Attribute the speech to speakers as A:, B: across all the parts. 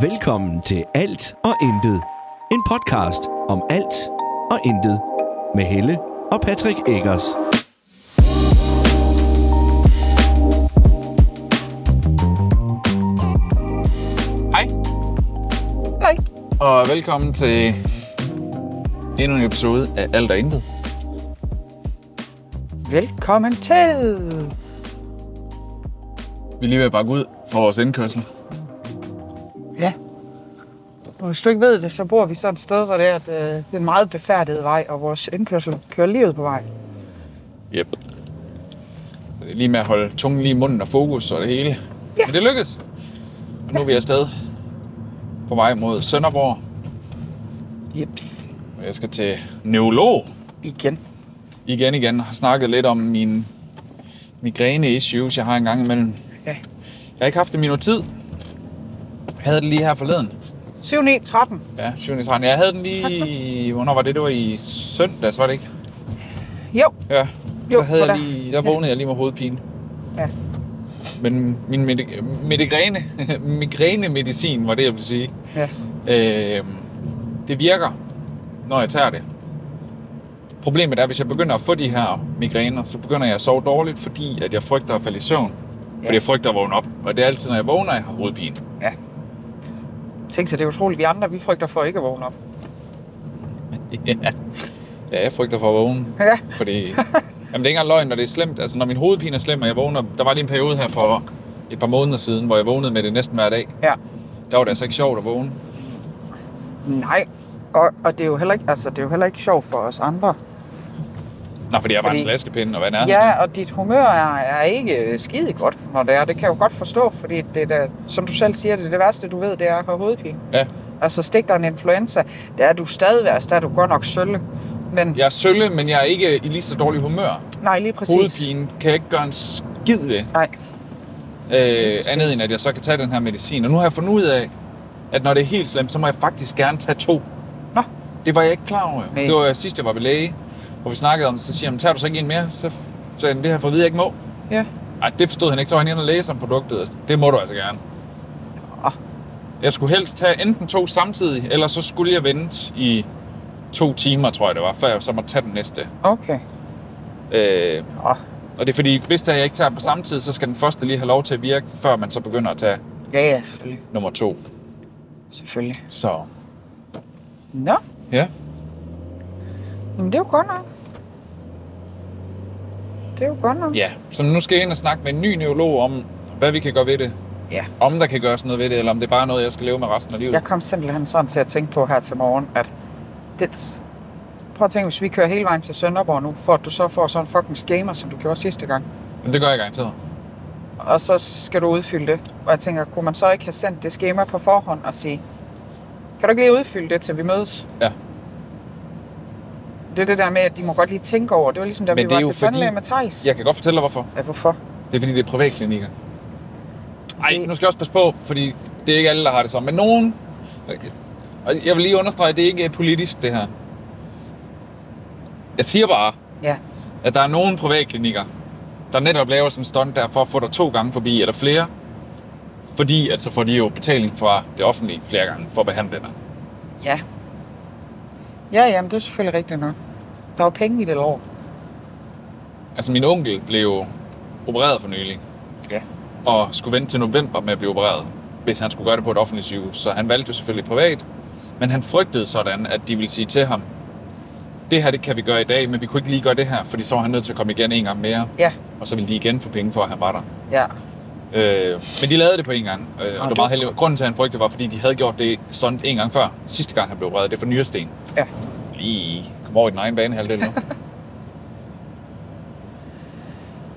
A: Velkommen til Alt og Intet. En podcast om alt og intet. Med Helle og Patrick Eggers.
B: Hej,
C: Hej.
B: og velkommen til endnu en episode af Alt og Intet.
C: Velkommen til.
B: Vi er lige ved at bakke ud fra vores indkørsel.
C: Ja. Og hvis du ikke ved det, så bor vi så et sted, hvor det er, at, øh, det er en meget befærdet vej, og vores indkørsel kører lige ud på vej.
B: Yep. Så det er lige med at holde tungen lige i munden og fokus og det hele. Ja. Men det lykkedes. Og nu er vi afsted på vej mod Sønderborg.
C: Jeps.
B: Og jeg skal til neurolog
C: Igen.
B: igen igen. Jeg har snakket lidt om mine migræne-issues, jeg har en gang imellem.
C: Ja.
B: Jeg har ikke haft dem i noget tid. Jeg havde det lige her forleden.
C: 7, 9, 13.
B: Ja, 7. 13. Jeg havde den lige... Hvornår var det? Det var i søndags, var det ikke?
C: Jo.
B: Ja.
C: Jo,
B: der, havde
C: for
B: jeg
C: da-
B: lige, der vågnede jeg lige med hovedpine.
C: Ja.
B: Men min midi- migræne, migrænemedicin, var det, jeg ville sige.
C: Ja.
B: Øh, det virker, når jeg tager det. Problemet er, hvis jeg begynder at få de her migræner, så begynder jeg at sove dårligt, fordi at jeg frygter at falde i søvn. Fordi
C: Ja.
B: jeg frygter at vågne op. Og det er altid, når jeg vågner, jeg har hovedpine.
C: Tænk så, det er utroligt. Vi andre, vi frygter for ikke at vågne op.
B: ja. ja, jeg frygter for at vågne.
C: Ja.
B: Fordi, jamen det er ikke engang løgn, når det er slemt. Altså når min hovedpine er slem, og jeg vågner... Der var lige en periode her for et par måneder siden, hvor jeg vågnede med det næsten hver dag.
C: Ja.
B: Der var det altså ikke sjovt at vågne.
C: Nej. Og, og det, er jo heller ikke, altså, det er jo heller ikke sjovt for os andre.
B: Nej, fordi jeg var en
C: Fordi-
B: slaskepinde, og hvad er
C: Ja, og dit humør er, er ikke skide godt, når det er. Det kan jeg jo godt forstå, fordi det er, da- som du selv siger, det, er det værste, du ved, det er at have hovedpine.
B: Ja.
C: Altså stik dig en influenza, der er du stadig værst, der er du godt nok sølle. Men ja.
B: Jeg er sølle, men jeg er ikke i lige så dårlig humør.
C: nej, lige præcis.
B: Hovedpine kan jeg ikke gøre en skid ved.
C: Nej,
B: Øh,
C: Præcis.
B: andet end, at jeg så kan tage den her medicin. Og nu har jeg fundet ud af, at når det er helt slemt, så må jeg faktisk gerne tage to.
C: Nå.
B: Det var jeg ikke klar over.
C: Nej.
B: Det var sidst, jeg var ved læge, hvor vi snakkede om, det, så siger han, tager du så ikke en mere? Så sagde han, det har jeg fået at vide, jeg ikke må.
C: ja.
B: Ej, det forstod han ikke, så var han inde og læse om produktet. og Det må du altså gerne.
C: Nå.
B: Jeg skulle helst tage enten to samtidig, eller så skulle jeg vente i to timer, tror jeg det var, før jeg så måtte tage den næste.
C: Okay.
B: Øh,
C: Nå.
B: og det er fordi, hvis der jeg ikke tager den på samme tid, så skal den første lige have lov til at virke, før man så begynder at tage
C: Ja, ja, selvfølgelig.
B: nummer to.
C: selvfølgelig.
B: Så
C: Nå,
B: ja,
C: men det er jo godt nok. Det er jo godt nok.
B: ja. Så nu skal jeg ind og snakke med en ny neurolog om, hvad vi kan gøre ved det.
C: Ja.
B: Om der kan gøres noget ved det, eller om det er bare noget, jeg skal leve med resten af livet.
C: Jeg kom simpelthen sådan til at tænke på her til morgen, at det, prøv at tænke, hvis vi kører hele vejen til Sønderborg nu, for at du så får sådan en fucking schema, som du gjorde sidste gang,
B: Men det gør jeg garanteret.
C: og så skal du udfylde det. Og jeg tænker, kunne man så ikke have sendt det schema på forhånd og sige, kan du ikke lige udfylde det, til vi mødes?
B: Ja.
C: Det er det der med, at de må godt lige tænke over. Det var ligesom, da
B: Men
C: vi
B: det er
C: var
B: jo
C: til
B: fordi-
C: tandlæge med Thijs.
B: Jeg kan godt fortælle dig, hvorfor.
C: ja. hvorfor?
B: Det er fordi, det er privatklinikker. Ej, nu skal jeg også passe på, fordi det er ikke alle, der har det sådan. Men nogen... Og jeg vil lige understrege, at det ikke er politisk, det her. Jeg siger bare,
C: Ja.
B: at der er nogle privatklinikker, der netop laver sådan en stunt der for at få dig to gange forbi, eller flere. Fordi at så får de jo betaling fra det offentlige flere gange for at behandle dig.
C: Ja. Ja, jamen, det er selvfølgelig rigtigt nok. Der var penge i det lort.
B: Altså min onkel blev jo opereret for nylig.
C: Ja.
B: og skulle vente til november med at blive opereret, hvis han skulle gøre det på et offentligt sygehus. Så han valgte jo selvfølgelig privat, men han frygtede sådan, at de ville sige til ham, det her det kan vi gøre i dag, men vi kunne ikke lige gøre det her, fordi så var han nødt til at komme igen en gang mere,
C: Ja.
B: og så ville de igen få penge for, at han var der.
C: Ja.
B: Øh, men de lavede det på en gang, øh, og det var
C: det-
B: meget heldigt. Grunden til, at han frygtede, var, fordi de havde gjort det stunt en gang før, sidste gang han blev opereret. Det er for Nyresten.
C: Ja.
B: Lige kom over i den egen banehalvdel nu.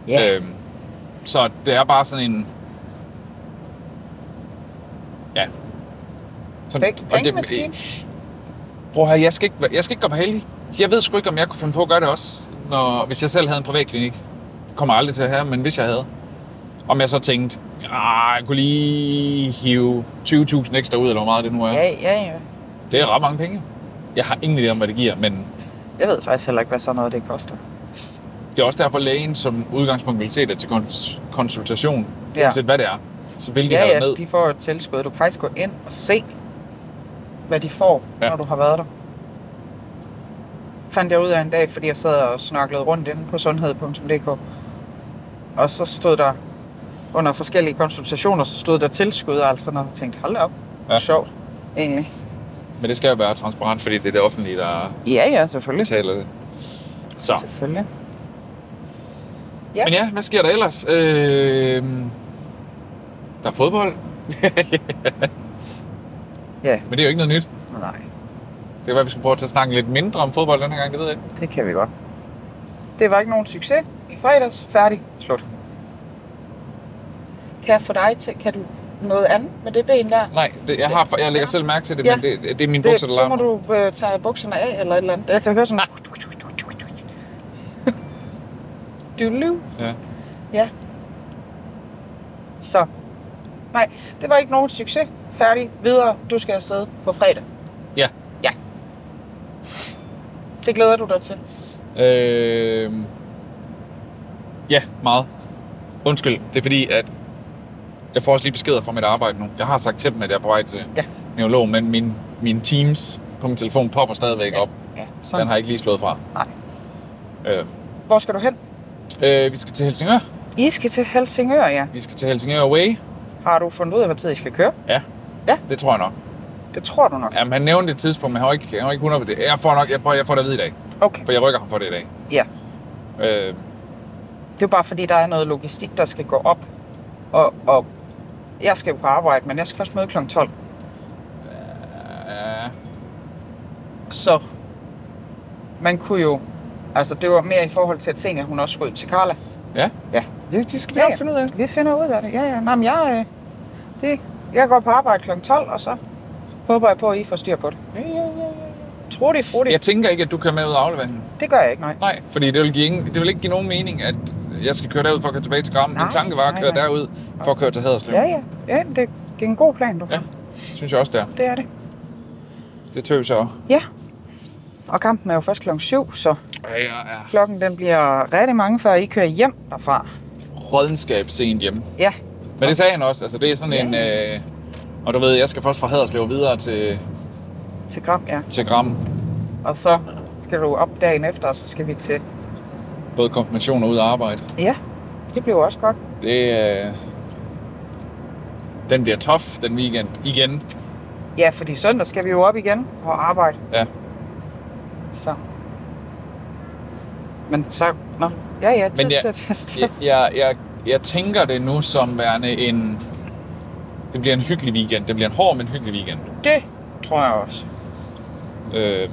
C: Ja.
B: Øhm, så det er bare sådan en... Ja. Sådan,
C: Penge-
B: og det,
C: pengemaskine.
B: prøv her, jeg skal, ikke, være- jeg skal ikke gøre mig heldig. Jeg ved sgu ikke, om jeg kunne finde på at gøre det også, når, hvis jeg selv havde en privatklinik. Det kommer jeg aldrig til at have, men hvis jeg havde. Om jeg så tænkte, "Ah, jeg kunne lige hive 20.000 ekstra ud, eller hvor meget det nu er.
C: Ja, ja, ja.
B: Det er ret mange penge. Jeg har ingen idé om, hvad det giver, men
C: Jeg ved faktisk heller ikke, hvad sådan noget det koster.
B: Det er også derfor, lægen som udgangspunkt vil se dig til kons- konsultation,
C: Ja.
B: uanset hvad det er. så vil de
C: Ja,
B: have
C: ja,
B: dig ned.
C: de får et tilskud. Du kan faktisk gå ind og se, hvad de får,
B: Ja.
C: ja. når du har været der. Fandt jeg ud af en dag, fordi jeg sad og snaklede rundt inde på sundhed.dk. Og så stod der under forskellige konsultationer, så stod der tilskud, altså når jeg tænkte, hold da op,
B: Ja.
C: ja. sjovt, egentlig.
B: Men det skal jo være transparent, fordi det er det offentlige, der
C: Ja, ja, selvfølgelig.
B: betaler det. Så.
C: Selvfølgelig.
B: Ja.
C: Ja.
B: Men ja, hvad sker der ellers? Øh, der er fodbold,
C: Ja,
B: men det er jo ikke noget nyt.
C: nej,
B: Det kan være, vi skal prøve at tage snakke lidt mindre om fodbold den her gang, det ved jeg ikke.
C: det kan vi godt. Det var ikke nogen succes i fredags. Færdig. Slut. Kan, jeg få dig til, kan du noget andet med det ben der?
B: Nej, det, jeg, har, jeg lægger selv mærke til det,
C: Ja.
B: men det, det er mine
C: Det,
B: bukser, der
C: så må
B: larmer. Du...
C: du øh, tage bukserne af eller et eller andet. Jeg kan høre sådan... Dulu.
B: Ja.
C: Ja. Så. Nej, det var ikke nogen succes. Færdig. Videre. Du skal afsted på fredag.
B: Ja.
C: Ja. Det glæder du dig til.
B: Øh, ja, meget. Undskyld, det er fordi, at jeg får også lige beskeder fra mit arbejde nu. Jeg har sagt til dem, at jeg er på vej til
C: Ja.
B: neurolog, men min, min Teams på min telefon popper stadigvæk op.
C: Ja,
B: Den har jeg ikke lige slået fra.
C: Nej.
B: Øh,
C: Hvor skal du hen?
B: øh, vi skal til Helsingør.
C: I skal til Helsingør, ja.
B: Vi skal til Helsingør Away.
C: Har du fundet ud af, hvad tid I skal køre?
B: Det tror jeg nok.
C: Det tror du nok.
B: Jamen, han nævnte et tidspunkt, men han var ikke, han var ikke 100 på det. Jeg får, nok, jeg, får, jeg får det at vide i dag,
C: Okay.
B: for jeg rykker ham for det i dag.
C: Ja.
B: Øh,
C: Det er jo bare fordi, der er noget logistik, der skal gå op. Og, og jeg skal jo på arbejde, men jeg skal først møde kl. 12.
B: ja,
C: Så man kunne jo... Altså, det var mere i forhold til, at Senia, hun også skulle ud til Carla.
B: ja.
C: Ja.
B: ja, det skal vi
C: Ja,
B: nok
C: ja.
B: finde ud af.
C: Vi finder ud af det. Ja, ja. Nå, men jeg, øh, det, jeg går på arbejde kl. 12, og så håber jeg på, at I får styr på det.
B: Ja, ja, ja, ja.
C: Tro det, fro det.
B: Jeg tænker ikke, at du kører med ud og afleverer hende.
C: Det gør jeg ikke, nej.
B: Nej, fordi det vil, give ingen, det vil ikke give nogen mening, at jeg skal køre derud for at køre tilbage til Gram. Min
C: Nej,
B: tanke var at
C: nej,
B: køre
C: nej.
B: derud for at køre til Haderslev.
C: Ja, ja. ja det, det er en god plan, du har.
B: Ja. Synes jeg også der.
C: Det er det.
B: Det tøv så.
C: Ja. Og kampen er jo først kl. 7, så
B: Ja, ja, ja.
C: klokken den bliver rigtig mange, før I kører hjem derfra.
B: Rådenskab sent hjemme.
C: Ja,
B: Men det sagde han også. Altså, det er sådan en... Øh, og du ved, jeg skal først fra Haderslev videre til,
C: til Gram, ja.
B: til Gram.
C: Og så skal du op dagen efter, og så skal vi til.
B: Både konfirmation og ud og arbejde.
C: Ja, det bliver også godt.
B: Det, øh, den bliver tough, den weekend. Igen.
C: Ja, fordi søndag skal vi jo op igen og arbejde.
B: Ja.
C: Så. Men så, nå. Ja, ja, tid
B: Men jeg-
C: til at teste.
B: Jeg, jeg, jeg, jeg tænker det nu som værende en... Det bliver en hyggelig weekend. Det bliver en hård, men hyggelig weekend.
C: Det tror jeg også.
B: Øh,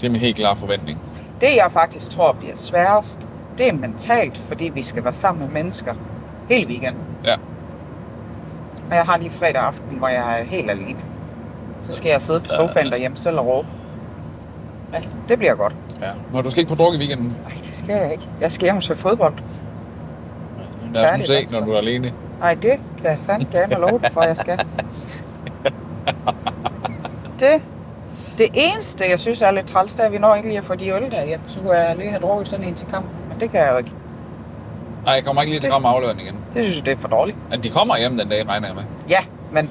B: det er min helt klare forventning.
C: Det, jeg faktisk tror bliver sværest, det er mentalt, fordi vi skal være sammen med mennesker hele weekenden.
B: Ja.
C: Og jeg har lige fredag aften, hvor jeg er helt alene. Så skal jeg sidde på sofaen derhjemme selv og råbe. Ja, det bliver godt.
B: ja. Nå, du skal ikke på druk i weekenden.
C: Nej, det skal jeg ikke. Jeg skal hjem og se fodbold.
B: Lad os nu
C: Færdig
B: se,
C: druk,
B: når
C: så.
B: du er alene.
C: Nej, det kan jeg fandme gerne love dig for, jeg skal. Det, det eneste, jeg synes er lidt træls, det er, at vi når ikke lige at få de øl der hjem. Så kunne jeg lige have drukket sådan en til kampen, men det kan jeg jo ikke.
B: Nej, jeg kommer ikke lige til at ramme afløren igen.
C: Det synes jeg, det er for dårligt.
B: At de kommer hjem den dag, regner jeg med.
C: Ja, men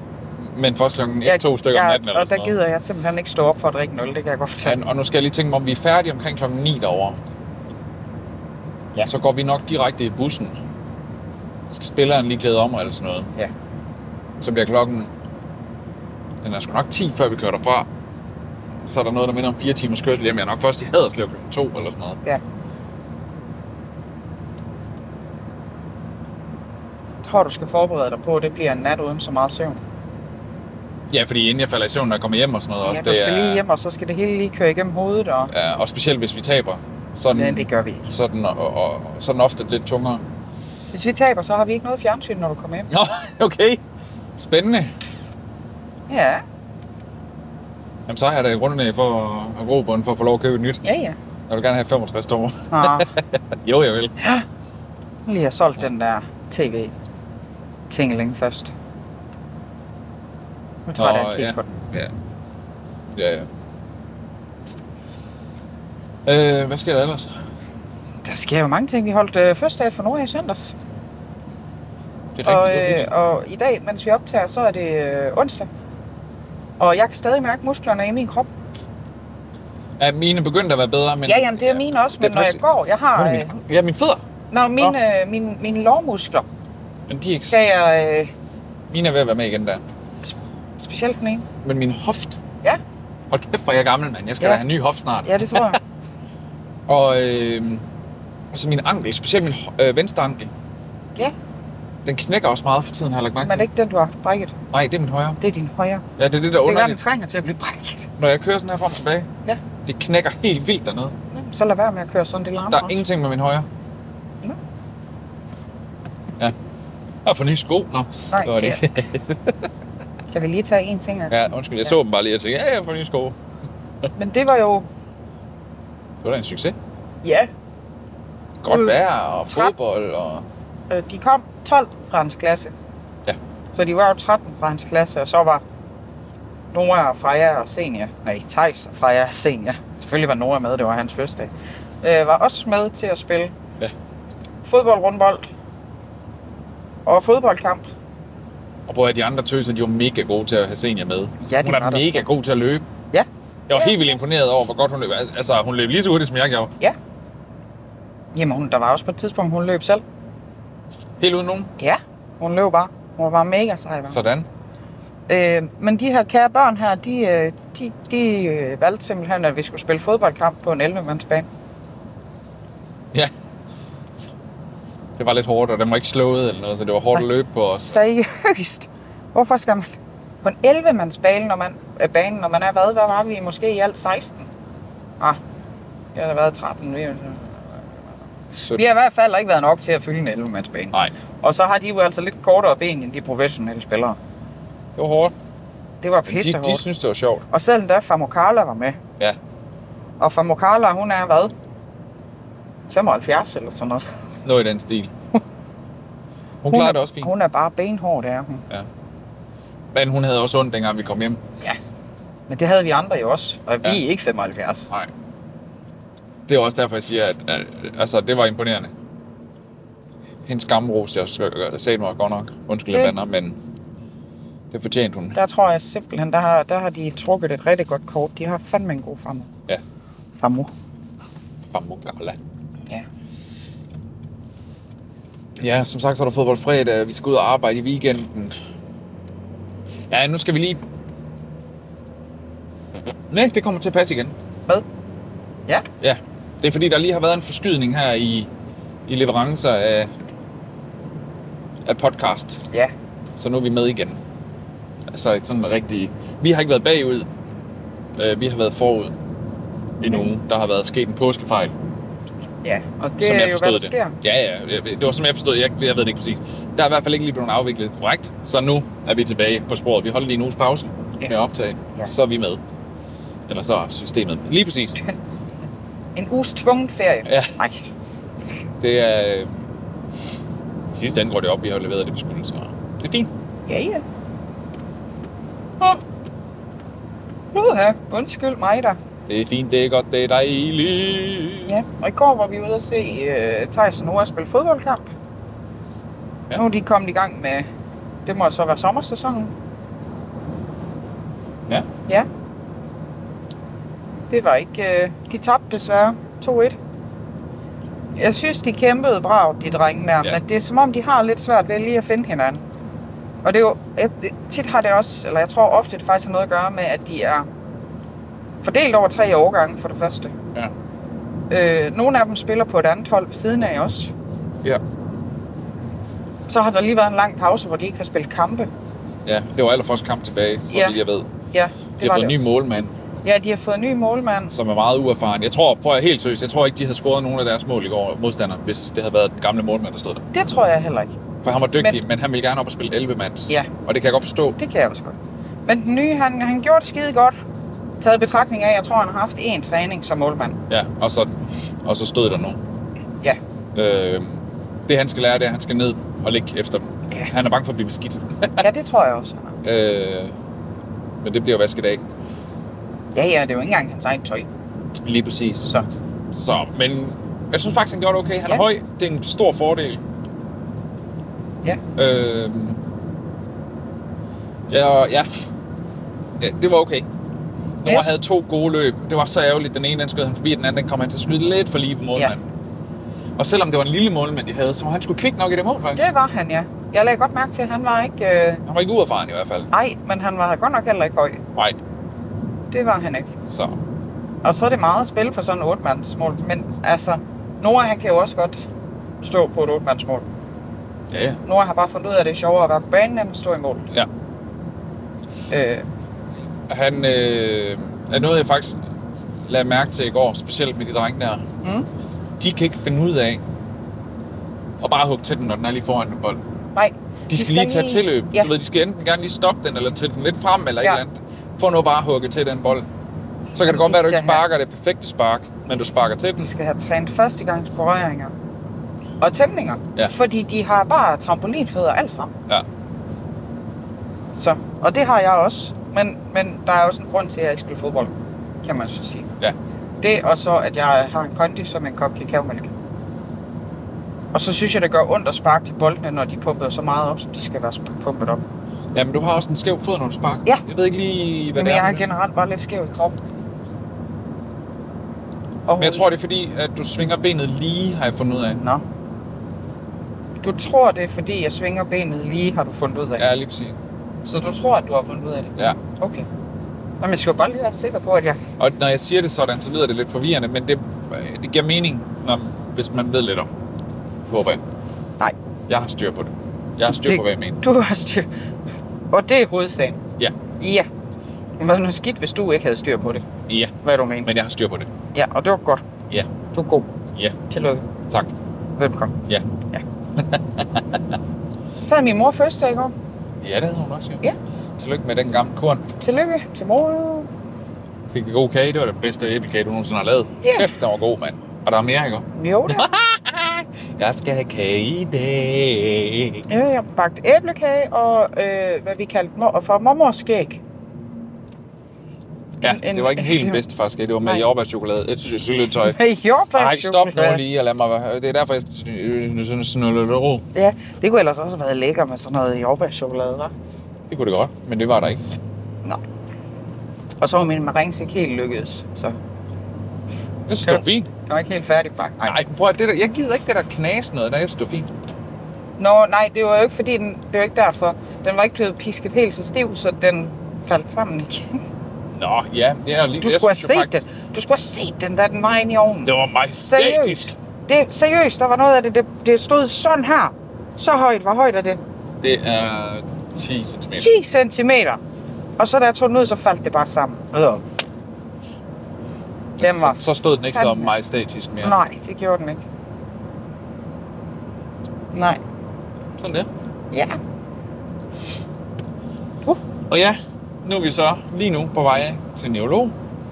B: Men først klokken 1-2 stykker om
C: jeg,
B: natten eller
C: Og
B: sådan
C: der
B: noget.
C: gider jeg simpelthen ikke stå op for at drikke en øl, det kan jeg godt fortælle.
B: Ja, og nu skal jeg lige tænke mig, om vi er færdige omkring klokken 9 derovre. Ja. Så går vi nok direkte i bussen. Så skal spilleren lige klæde om eller sådan noget.
C: Ja.
B: Så bliver klokken... Den er sgu nok 10, før vi kører derfra. Så er der noget, der minder om 4 timers kørsel hjem. Jeg er nok først i Haderslev kl. 2 eller sådan noget.
C: ja. Jeg tror, du skal forberede dig på, at det bliver en nat uden så meget søvn.
B: Ja, fordi inden jeg falder i søvn, når jeg kommer hjem og sådan noget også.
C: ja, du skal
B: er,
C: lige hjem, og så skal det hele lige køre igennem hovedet. Og...
B: Ja, og specielt hvis vi taber. Sådan,
C: Men det gør vi ikke.
B: så er den, og, og, og, så er den ofte lidt tungere.
C: Hvis vi taber, så har vi ikke noget fjernsyn, når du kommer hjem.
B: Nå, okay. Spændende.
C: Ja,
B: Jamen, så har jeg da i grunden af for at- at ro på den for at få lov at købe et nyt.
C: ja, ja.
B: Jeg vil gerne have 65 år.
C: Nå,
B: jo, jeg vil.
C: lige har solgt den der tv-tingeling først. Nu tror jeg, at kigge
B: ja.
C: på den.
B: Ja, ja. ja. Øh, hvad sker der ellers?
C: Der sker jo mange ting. Vi holdt øh, første dag for Norge i søndags.
B: Det er rigtigt, det er
C: og,
B: rigtigt.
C: øh, og i dag, mens vi optager, så er det øh, onsdag. Og jeg kan stadig mærke musklerne i min krop.
B: Ja, mine begyndte at være bedre, men...
C: Men, ja, jamen det er mine også,
B: det er
C: men når jeg
B: faktisk-
C: går, jeg har...
B: Nej.
C: Øh,
B: Ja, mine fødder.
C: når mine, øh, mine, mine lårmuskler,
B: Men de er ikke...
C: skal jeg... Øh,
B: Mine er ved at være med igen der.
C: specielt den ene.
B: Men min hoft...
C: Ja.
B: Hold kæft, hvor er jeg er gammel, mand. Jeg skal
C: Ja.
B: ja. da have en ny hoft snart.
C: Ja, det tror jeg.
B: Og øh, altså min ankel, specielt min ho- øh, venstre ankel.
C: Ja.
B: Den knækker også meget for tiden, har jeg lagt
C: Men
B: mærke til.
C: er det ikke den, du har haft brækket?
B: Nej, det er min højre.
C: Det er din højre.
B: Ja, det er det, der er
C: Det er godt, den
B: underligt.
C: trænger til at blive brækket.
B: Når jeg kører sådan her frem og tilbage,
C: Ja.
B: det knækker helt vildt dernede.
C: Mm, Så lad være med at køre sådan, det larmer
B: Der er
C: også.
B: ingenting med min højre.
C: Nå.
B: Ja. Jeg har fået nye sko. Nå,
C: Nej,
B: det var det.
C: Ja. Kan vi lige tage en ting? ad-
B: Ja, undskyld. Jeg så dem bare lige og tænkte, ja, jeg har fået nye sko.
C: Men det var jo...
B: Det var da en succes.
C: Ja.
B: Godt
C: Øh,
B: vejr og
C: trap.
B: fodbold og...
C: Øh, de kom 12 fra hans klasse.
B: Ja.
C: Så de var jo 13 fra hans klasse, og så var Nora og Freja og Senior. Nej, Thijs og Freja og Senior. Selvfølgelig var Nora med, det var hans fødselsdag. Øh, var også med til at spille
B: Ja.
C: fodbold, rundbold og fodboldkamp.
B: Og prøv at høre, de andre tøser, de var mega gode til at have senior med.
C: Ja,
B: hun er
C: der
B: mega
C: så.
B: god til at løbe.
C: Ja.
B: Jeg var
C: Ja.
B: helt vildt imponeret over, hvor godt hun løb. Altså, hun løb lige så hurtigt, som jeg gjorde.
C: Jamen, hun, der var også på et tidspunkt, hun løb selv.
B: Helt uden nogen.
C: Ja. Hun løb bare. Hun var bare mega sej. var hun.
B: Sådan.
C: Øh, men de her kære børn her, de, øh, de, de øh, valgte simpelthen, at vi skulle spille fodboldkamp på en 11-mandsbane.
B: Ja. Det var lidt hårdt, og den var ikke slået eller noget, så det var hårdt at
C: Nej.
B: løbe på os.
C: Seriøst? Hvorfor skal man på en 11-mandsbane, når man, øh, bane, når man er hvad? Hvad var vi? Måske i alt 16? Ah, jeg har da været 13. Vi,
B: Så,
C: vi har i hvert fald ikke været nok til at fylde en 11-mandsbane.
B: Nej,
C: Og så har de jo altså lidt kortere ben end de professionelle spillere.
B: det var hårdt.
C: Det var
B: De,
C: pissehårdt.
B: de synes, det var sjovt.
C: Og selv da Famokala var med.
B: Ja.
C: Og Famokala, hun er hvad? 75 eller sådan noget.
B: Noget i den stil. Hun klarede det også fint,
C: Hun er bare benhård, det er hun.
B: men hun havde også ondt, dengang vi kom hjem.
C: Men det havde vi andre jo også, og vi
B: Ja.
C: er ikke 75.
B: Nej. Det er også derfor, jeg siger, at, at altså, det var imponerende. Hendes skamros, jeg sagde mig godt nok. Undskyld, jeg
C: Det-
B: bander, men det fortjente hun.
C: Der tror jeg simpelthen, der har, der har de trukket et rigtig godt kort. De har fandme en god fremme.
B: Ja.
C: Fremme.
B: Bamugala.
C: Ja.
B: Ja, som sagt, så er der fodbold fredag. Vi skal ud og arbejde i weekenden. Ja, nu skal vi lige... Nej, det kommer til at passe igen.
C: Hvad? Ja.
B: Ja, det er fordi, der lige har været en forskydning her i, i leverancer af, af podcast.
C: Ja.
B: Så nu er vi med igen. Altså et sådan rigtig... Vi har ikke været bagud. Øh, vi har været forud. I nogen. Der har været sket en påskefejl.
C: Ja. Og det
B: som
C: er
B: jeg
C: jo, hvad
B: forstod
C: der
B: det.
C: sker.
B: Ja, ja, jeg- det var som jeg forstod det. Jeg, jeg ved det ikke præcis. Der er i hvert fald ikke lige blevet afviklet korrekt, så nu er vi tilbage på sporet. Vi holder lige en uges pause
C: Ja.
B: med at optage,
C: Ja.
B: så er vi med. Eller så er systemet. med. Lige præcis.
C: En uges tvunget ferie.
B: Ja.
C: Nej.
B: Det er... øh, I sidste ende går det op, vi har leveret det beskyttelse. og Det er fint.
C: Ja, ja. Åh. Uha, undskyld mig der.
B: Det er fint, det er godt, det er dejligt.
C: Ja, og i går var vi ude at se øh, Thijs og Nora spille fodboldkamp.
B: Ja.
C: Ja. Nu er de kommet i gang med, det må så være sommersæsonen.
B: Ja.
C: Ja. Det var ikke, øh, de tabte desværre 2-1. Jeg synes, de kæmpede bravt, de drenge der,
B: Ja.
C: ja. men det er som om, de har lidt svært ved lige at finde hinanden. Og det er jo, jeg, det- tit har det også, eller jeg tror ofte, det faktisk har noget at gøre med, at de er fordelt over tre årgange for det første. Øh, nogle af dem spiller på et andet hold ved siden af os.
B: Ja.
C: Så har der lige været en lang pause, hvor de ikke har spillet kampe.
B: ja det var allerførste kamp tilbage, så
C: Ja.
B: vidt jeg ved.
C: Ja,
B: De har fået en ny
C: også.
B: målmand,
C: Ja, de har fået en ny målmand.
B: som er meget uerfaren. Jeg tror, prøv at helt seriøst, jeg tror ikke, de havde scoret nogen af deres mål i går, modstanderne, hvis det havde været den gamle målmand, der stod der.
C: Det tror jeg heller ikke.
B: For han var dygtig, men, men han ville gerne op og spille 11 mands.
C: Ja.
B: Og det kan jeg godt forstå.
C: Det kan jeg også godt. Men den nye, han, han gjorde det skide godt. Taget i betragtning af, at jeg tror, han har haft én træning som målmand.
B: Ja, og så, og så stod der nogen.
C: Ja.
B: Øh, det han skal lære, det er, at han skal ned og ligge efter dem.
C: Ja.
B: Han er bange for at blive beskidt.
C: Ja, det tror jeg også. han har.
B: øh, men det bliver jo vasket af.
C: Ja, ja, det er jo ikke engang hans eget tøj.
B: Lige præcis.
C: Så.
B: Så, men jeg synes faktisk, han gjorde det okay. Han er
C: Ja.
B: høj. Det er en stor fordel.
C: Ja.
B: Øh, ja, og ja. ja, det var okay. Nora
C: Yes.
B: havde to gode løb. Det var så ærgerligt. Den ene, den skød han forbi, den anden, den kom han til at skyde lidt for lige på målmanden. Og selvom det var en lille målmand, de havde, så var han sgu kvik nok i det mål, faktisk.
C: Det var han, ja. Jeg lagde godt mærke til, at han var ikke... Øh,
B: Han var ikke uerfaren i hvert fald.
C: ej, men han var godt nok heller ikke høj.
B: Nej,
C: Det var han ikke.
B: så
C: Og så er det meget at spille på sådan en otmandsmål. Men altså, Nora han kan jo også godt stå på et otmandsmål.
B: ja, ja.
C: Nora har bare fundet ud af, at det er sjovere at være på banen, end at stå i mål.
B: Ja.
C: Øh,
B: Han øh, er noget, jeg faktisk lagde mærke til i går, specielt med de drenge der.
C: mm.
B: De kan ikke finde ud af at bare hugge til den, når den er lige foran den bold.
C: Nej,
B: De skal lige tage tilløb.
C: Ja.
B: Du ved, de skal enten gerne lige stoppe den, eller trille den lidt frem, eller ja.
C: Ja.
B: et eller andet. For nu bare at hugge til den bold. Så kan det
C: De
B: godt være, at du ikke
C: skal have-
B: sparker det perfekte spark, men du sparker til den.
C: de skal have trænet førstegangsberøringer og tæmninger.
B: Ja.
C: Fordi de har bare trampolinfødder alt frem.
B: Ja.
C: Så, og det har jeg også. Men, men der er også en grund til, at jeg ikke spiller fodbold, kan man så sige.
B: Ja.
C: Det og så, at jeg har en kondi som en kop kakaomælk. Og så synes jeg, det gør ondt at sparke til boldene, når de er pumpet så meget op, som de skal være sp- pumpet op.
B: Jamen, du har også en skæv fod, når du sparker.
C: Ja.
B: Jeg ved ikke lige, hvad
C: Jamen,
B: det er.
C: jeg har
B: med det.
C: generelt bare lidt skæv i kroppen. Og
B: Men jeg tror, det er fordi, at du svinger benet lige, har jeg fundet ud af.
C: Nå. Du tror, det er fordi, jeg svinger benet lige, har du fundet ud af.
B: Ja, lige præcis.
C: Så du tror, at du har fundet ud af det?
B: Ja.
C: Okay. Jamen, jeg skal jo bare lige være sikker på, at jeg...
B: Og når jeg siger det sådan, så lyder det lidt forvirrende, men det, det giver mening, når, hvis man ved lidt om. det, Håber jeg.
C: Nej.
B: Jeg har styr på det. Jeg har styr
C: Det-
B: på, hvad jeg mener.
C: Du har styr... Og det er hovedsagen.
B: Ja.
C: Ja. Men det var skidt, hvis du ikke havde styr på det,
B: Ja,
C: hvad du mener.
B: men jeg har styr på det.
C: Ja, og det var godt.
B: Ja.
C: Du er god.
B: Ja.
C: Tillykke.
B: Tak.
C: Velkommen.
B: Ja.
C: Ja. Så havde min mor fødselsdag i går.
B: Ja, det havde hun også, jo.
C: Ja.
B: Tillykke med den gamle korn.
C: Tillykke til mor.
B: Fik en god kage. Det var den bedste æblekage, du nogensinde har lavet.
C: Ja.
B: Kæft, den var god, mand. Og der er mere, ikke?
C: Jo, det
B: Jeg skal have kage i dag.
C: Ja, jeg har bagt æblekage og øh, hvad vi kaldte mor, for mormors skæg.
B: Ja,
C: En- en-
B: det var ikke en helt
C: det-
B: en bedstefarskage. Det var med
C: Nej.
B: jordbærchokolade. Jeg synes, jeg syltetøj.
C: Med
B: Nej, stop nu
C: jordbærchokolade.
B: lige og lad mig være. Det er derfor, jeg synes, sådan noget ro.
C: Ja, det kunne ellers også have været lækker med sådan noget jordbærchokolade, hva'?
B: Det kunne det godt, men det var der ikke.
C: Og så var min marings ikke helt lykkedes, så
B: Jeg synes, det var fint.
C: den var ikke helt færdigbagt.
B: Nej, prøv at, det der, jeg gider ikke det der knas noget, der jeg synes, det var fint.
C: Nå, nej, det var jo ikke fordi, den, det var ikke derfor. Den var ikke blevet pisket helt så stiv, så den faldt sammen igen.
B: Nå, ja, det er jo lige...
C: Du
B: jeg
C: skulle
B: synes
C: have
B: jo
C: set den. Du skulle have set den, da den var inde i ovnen.
B: Det var majestætisk.
C: Det, seriøst, der var noget af det, det, det stod sådan her. Så højt, hvor højt er det?
B: Det er 10 cm.
C: 10 cm. Og så da jeg tog den ud, så faldt det bare sammen. Ja. Den var...
B: Så, så stod den ikke så
C: fandme-
B: majestætisk mere.
C: Ja. Nej, det gjorde den ikke. Nej.
B: Sådan det.
C: Ja.
B: Og ja, nu er vi så lige nu på vej til neurolog,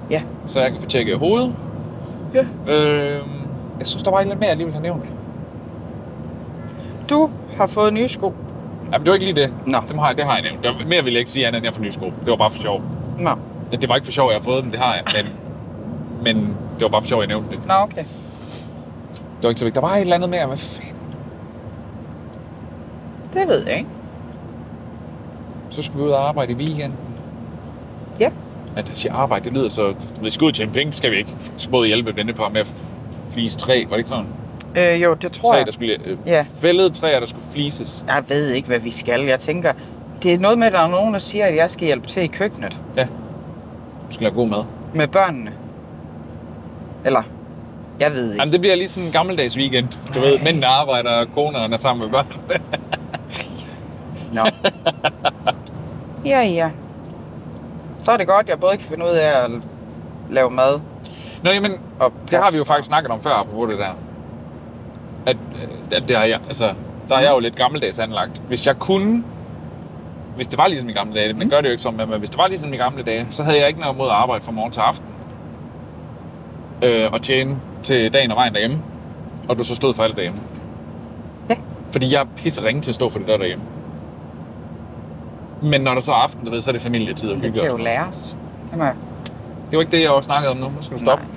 C: Ja.
B: så jeg kan få tjekket hovedet.
C: Ja.
B: Øhm, jeg synes, der var et eller andet mere, jeg lige ville have nævnt.
C: Du har fået nye sko.
B: Jamen, det var ikke lige det.
C: Nå.
B: Dem har, jeg- det har jeg nævnt. Der, mere vil jeg ikke sige andet, end jeg får nye sko. Det var bare for sjov.
C: Nå.
B: Det, det var ikke for sjov, jeg har fået dem. Det har jeg. Men, men det var bare for sjov, jeg nævnte det.
C: Nå, okay.
B: Det var ikke så vigtigt. Der var et eller andet mere. Hvad fanden?
C: Det ved jeg ikke.
B: Så skulle vi ud og arbejde i weekenden.
C: Ja.
B: Ja, der siger arbejde, det lyder så... Du ved, vi skal ud og tjene penge, skal vi ikke. Vi skal både hjælpe et vennepar med at f- flise træ, var det ikke sådan?
C: Øh, jo, det tror
B: Træ,
C: jeg.
B: der skulle... Øh,
C: Ja.
B: Fældede træer, der skulle flises.
C: Jeg ved ikke, hvad vi skal. Jeg tænker, det er noget med, at der er nogen, der siger, at jeg skal hjælpe til i køkkenet
B: Du skal lave god mad.
C: med børnene. Eller, jeg ved ikke.
B: Jamen, det bliver lige sådan en gammeldags weekend. Du ved, mændene arbejder, og konerne er sammen med børn.
C: Nå. ja, ja. Så er det godt, at jeg både kan finde ud af at lave mad
B: Nå, jamen,
C: og...
B: det har vi jo faktisk snakket om før, apropos det der. At, at det har jeg, altså, der er jeg jo lidt gammeldags anlagt. Hvis jeg kunne, hvis det var ligesom i gamle dage,
C: Mm.
B: men gør det jo ikke som, men hvis det var ligesom i gamle dage, så havde jeg ikke noget mod at arbejde fra morgen til aften. Øh, og tjene til dagen og vejen derhjemme. Og du så stod for alt derhjemme.
C: Ja.
B: Fordi jeg er pisse ringe til at stå for det der derhjemme. Men når der så er aften, du ved, så er det familietid og
C: Det
B: hygge
C: kan
B: og
C: jo
B: sådan noget.
C: læres. Det må jeg-
B: Det var ikke det, jeg også snakkede om nu. Nu skal du stoppe.
C: Nej.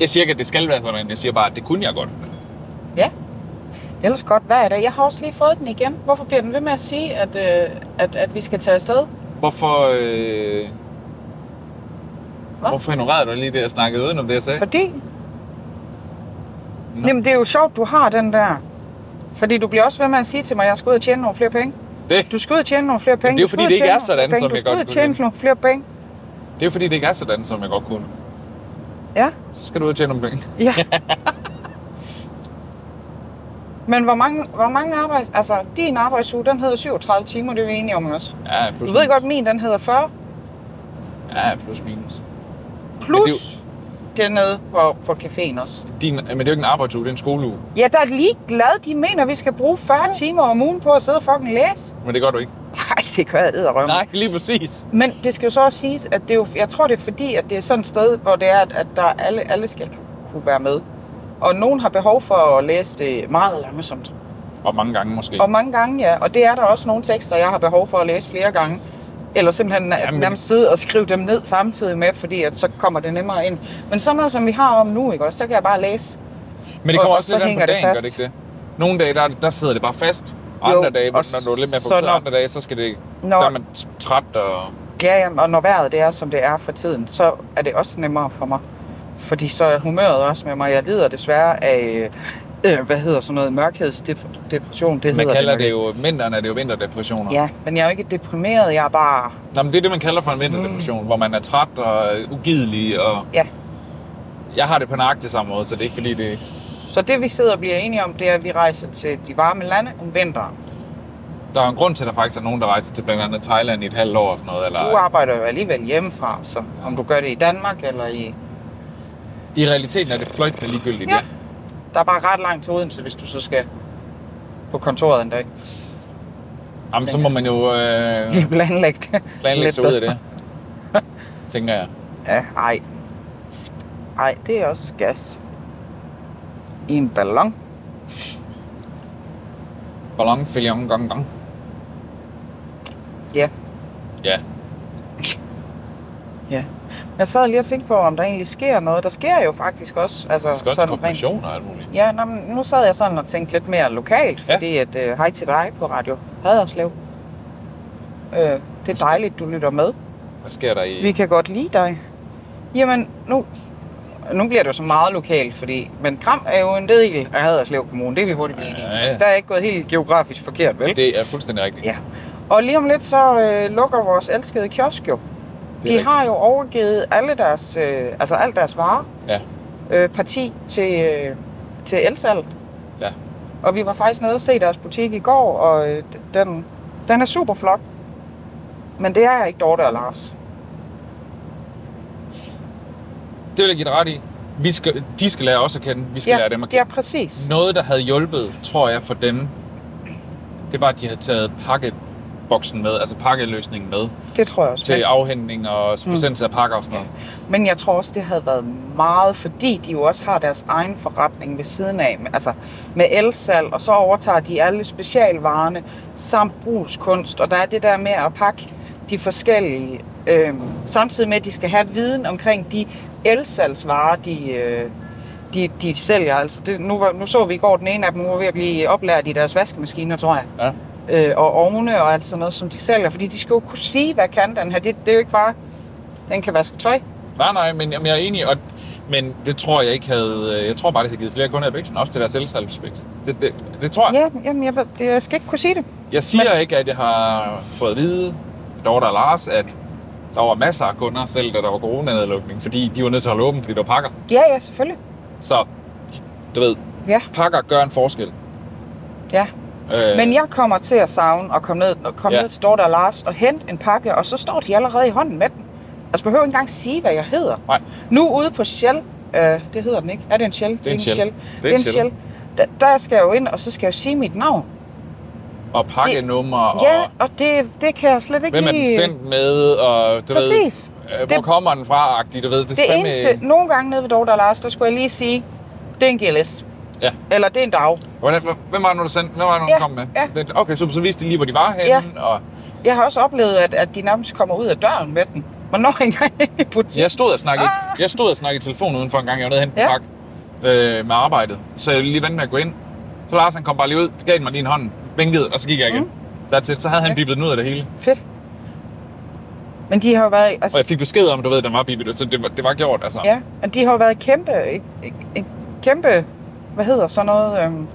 B: Jeg siger ikke, at det skal være sådan, jeg siger bare, at det kunne jeg godt.
C: Ja. Ellers godt hver dag. Jeg har også lige fået den igen. Hvorfor bliver den ved med at sige, at, øh, at, at vi skal tage afsted?
B: Hvorfor, øh, hvorfor ignorerede du lige det, jeg snakkede udenom det, jeg sagde?
C: Fordi... Nå. Jamen, det er jo sjovt, du har den der. Fordi du bliver også ved med at sige til mig, at jeg skal ud og tjene nogle flere penge.
B: Det,
C: Du skal ud og tjene nogle flere penge.
B: Det er jo
C: Du skal
B: fordi,
C: ud og
B: det ikke
C: tjene
B: er
C: nogle
B: sådan,
C: flere
B: som
C: penge.
B: jeg godt
C: Du
B: kunne
C: skal ud og tjene
B: lide.
C: nogle flere penge.
B: det er fordi, det ikke er sådan, som jeg godt kunne.
C: Ja.
B: Så skal du ud og tjene nogle penge.
C: Ja. Men hvor mange, hvor mange arbejds... Altså, din arbejdsuge, den hedder 37 timer, det er vi enige om også.
B: Ja, plus
C: Du ved
B: minus.
C: godt, min den hedder 40.
B: Ja, plus minus.
C: Plus
B: Men
C: dernede på, på caféen også.
B: Din, men det er jo ikke en arbejdsuge, det er en skoleuge.
C: Ja, der er lige glad, de mener, vi skal bruge 40 timer om ugen på at sidde og fucking læse.
B: Men det gør du ikke.
C: Nej, det gør jeg edderrømme.
B: Nej, lige præcis.
C: Men det skal jo så også siges, at det er jo, jeg tror, det er fordi, at det er sådan et sted, hvor det er, at, at der alle, alle skal kunne være med. Og nogen har behov for at læse det meget langsomt.
B: Og mange gange måske.
C: Og mange gange, ja. Og det er der også nogle tekster, jeg har behov for at læse flere gange. Eller simpelthen
B: Jamen,
C: Jamen, nærmest sidde og skrive dem ned samtidig med, fordi at så kommer det nemmere ind. Men sådan noget, som vi har om nu, ikke også, der kan jeg bare læse.
B: Men det kommer
C: og-
B: også
C: og
B: lidt an
C: så
B: på
C: hænger det
B: dagen, gør det
C: fast.
B: ikke det? Nogle dage, der, der sidder det bare fast. Andre
C: Jo,
B: dage, hvor,
C: og
B: når du er lidt mere
C: så
B: fokuseret,
C: når-
B: andre dage, så skal det...
C: Når-
B: Der er man t- træt og...
C: Ja, ja, og når vejret det er, som det er for tiden, så er det også nemmere for mig. Fordi så er humøret også med mig. Jeg lider desværre af, øh, hvad hedder sådan noget, mørkhedsdepression. Det
B: Man
C: hedder
B: kalder det
C: nok
B: jo... Vinteren er det jo vinterdepressioner.
C: ikke. Ja, men jeg er jo ikke deprimeret, jeg er bare...
B: Nå, men det er det, man kalder for en
C: Mm.
B: vinterdepression, hvor man er træt og øh, ugidelig. Og
C: Ja.
B: jeg har det på nøjagtig samme måde, så det er ikke fordi, det...
C: Så det vi sidder og bliver enige om, det er, at vi rejser til de varme lande om vinteren.
B: Der er jo en grund til, at der faktisk er nogen, der rejser til blandt andet Thailand i et halvt år og sådan noget. Eller...
C: Du arbejder jo alligevel hjemmefra, så om du gør det i Danmark eller i...
B: I realiteten er det fløjtende ligegyldigt,
C: Ja.
B: ja.
C: Der er bare ret langt til Odense, hvis du så skal på kontoret en dag.
B: Jamen, så må man jo øh,
C: Lige planlægge det.
B: planlægge
C: lidt
B: sig ud af
C: bedre.
B: det, tænker jeg.
C: Ja, ej. Ej, det er også gas. I en ballon.
B: Ballon, filion, gong, gong.
C: Ja.
B: Ja,
C: Ja. Jeg sad lige og tænkte på, om der egentlig sker noget. Der sker jo faktisk også. Altså,
B: det skal også til konfirmation og alt muligt.
C: Ja, nå, men nu sad jeg sådan og tænkte lidt mere lokalt,
B: Ja.
C: fordi at øh, hej til dig på Radio Haderslev. Øh, det er dejligt, du lytter med.
B: Hvad sker der i...
C: Vi kan godt lide dig. Jamen, nu, nu bliver det jo så meget lokalt, fordi, men Kram er jo en del af Haderslev Kommune, det er vi hurtigt blive enige om.
B: Ja, ja.
C: Altså, der er ikke gået helt geografisk forkert, vel?
B: Det er fuldstændig rigtigt.
C: Ja. Og lige om lidt, så øh, lukker vores elskede kiosk jo. De
B: rigtigt.
C: har jo overgivet alle deres, øh, altså alt deres varer,
B: Ja.
C: øh, parti til, øh, til elsalg.
B: ja.
C: Og vi var faktisk nede og se deres butik i går, og øh, d- den, den er super flot. Men det er jeg ikke Dorte og Lars.
B: Det vil jeg give dig ret i. Vi skal, de skal lære os at kende. Vi skal lære dem at
C: ja,
B: kende.
C: præcis.
B: Noget, der havde hjulpet, tror jeg, for dem, det var, at de havde taget pakkeboksen med, altså pakkeløsningen med,
C: Det tror jeg også.
B: til afhentning og
C: Mm.
B: forsendelse af pakker og sådan noget.
C: Men jeg tror også, det havde været meget, fordi de jo også har deres egen forretning ved siden af, med- altså med elsalg, og så overtager de alle specialvarerne samt brugskunst, og der er det der med at pakke de forskellige, øh, samtidig med, at de skal have viden omkring de elsalgsvarer, de, øh, de, de sælger. Altså det, nu, var, nu så vi i går, den ene af dem var ved at blive oplært i deres vaskemaskiner, tror jeg
B: Ja.
C: øh, og ovne og alt sådan noget, som de sælger. Fordi de skal jo kunne sige, hvad kan den her. Det, det er jo ikke bare, den kan vaske tøj.
B: Nej, nej, men jamen, jeg er enig, og, men det tror jeg ikke havde... Jeg tror bare, det havde givet flere kunder i bæksen, også til deres selvsalgsbæks. Det, det, det tror jeg.
C: Ja, jamen, jeg, ved, det, jeg skal ikke kunne sige det.
B: Jeg siger men... ikke, at jeg har fået at vide, Dorte og Lars, at der var masser af kunder, selv da der var coronanedlukning, fordi de var nødt til at holde åbent, fordi der var pakker.
C: Ja, ja, selvfølgelig.
B: Så, du ved,
C: Ja,
B: pakker gør en forskel.
C: ja.
B: Øh,
C: Men jeg kommer til at savne at komme ned, at komme
B: Ja.
C: ja. ned til Dorte og Lars og hente en pakke, og så står de allerede i hånden med den. Altså behøver ikke engang sige, hvad jeg hedder.
B: Nej,
C: Nu ude på Shell, øh, det hedder den ikke. Er det en Shell? Det
B: en Shell.
C: Det er en Shell. Der, der skal jeg jo ind, og så skal jeg jo sige mit navn.
B: og pakkenummer, og
C: Ja, og det, det kan jeg slet ikke
B: hvem er den
C: lige...
B: sendt med, og du
C: Præcis.
B: ved, øh, hvor
C: Det-
B: kommer den fra, agtigt, du ved. Det, øh, er
C: Det
B: fandme-
C: eneste, nogle gange nede ved Dorte og Lars, der skulle jeg lige sige, det er en GLS.
B: Ja.
C: Eller det er en dag.
B: Hvordan, hvem var det nu, der sendte? Hvem var det nu, der
C: Ja,
B: kom med?
C: ja.
B: Det, okay, så, så viste de lige, hvor de var henne, ja. og
C: Jeg har også oplevet, at, at de nærmest kommer ud af døren med den. Man når ikke engang ind i butikken.
B: Jeg stod og snakkede,
C: Ah!
B: jeg stod og snakkede i telefon udenfor en gang, jeg var nede hen på ja.
C: Ja.
B: park øh, med arbejdet. Så jeg ville lige vente med at gå ind. Så Lars han kom bare lige ud, gav den mig lige en hånd, vinkede, og så gik jeg igen. Mm. That's it. Så havde han
C: Ja.
B: bippet den ud af det hele.
C: Fedt. Men de har jo været,
B: Og
C: altså,
B: jeg fik besked om, du ved, den var bippet, så det var, det var gjort, altså.
C: ja, men de har jo været kæmpe, et, et, et kæmpe, hvad hedder sådan noget, øhm,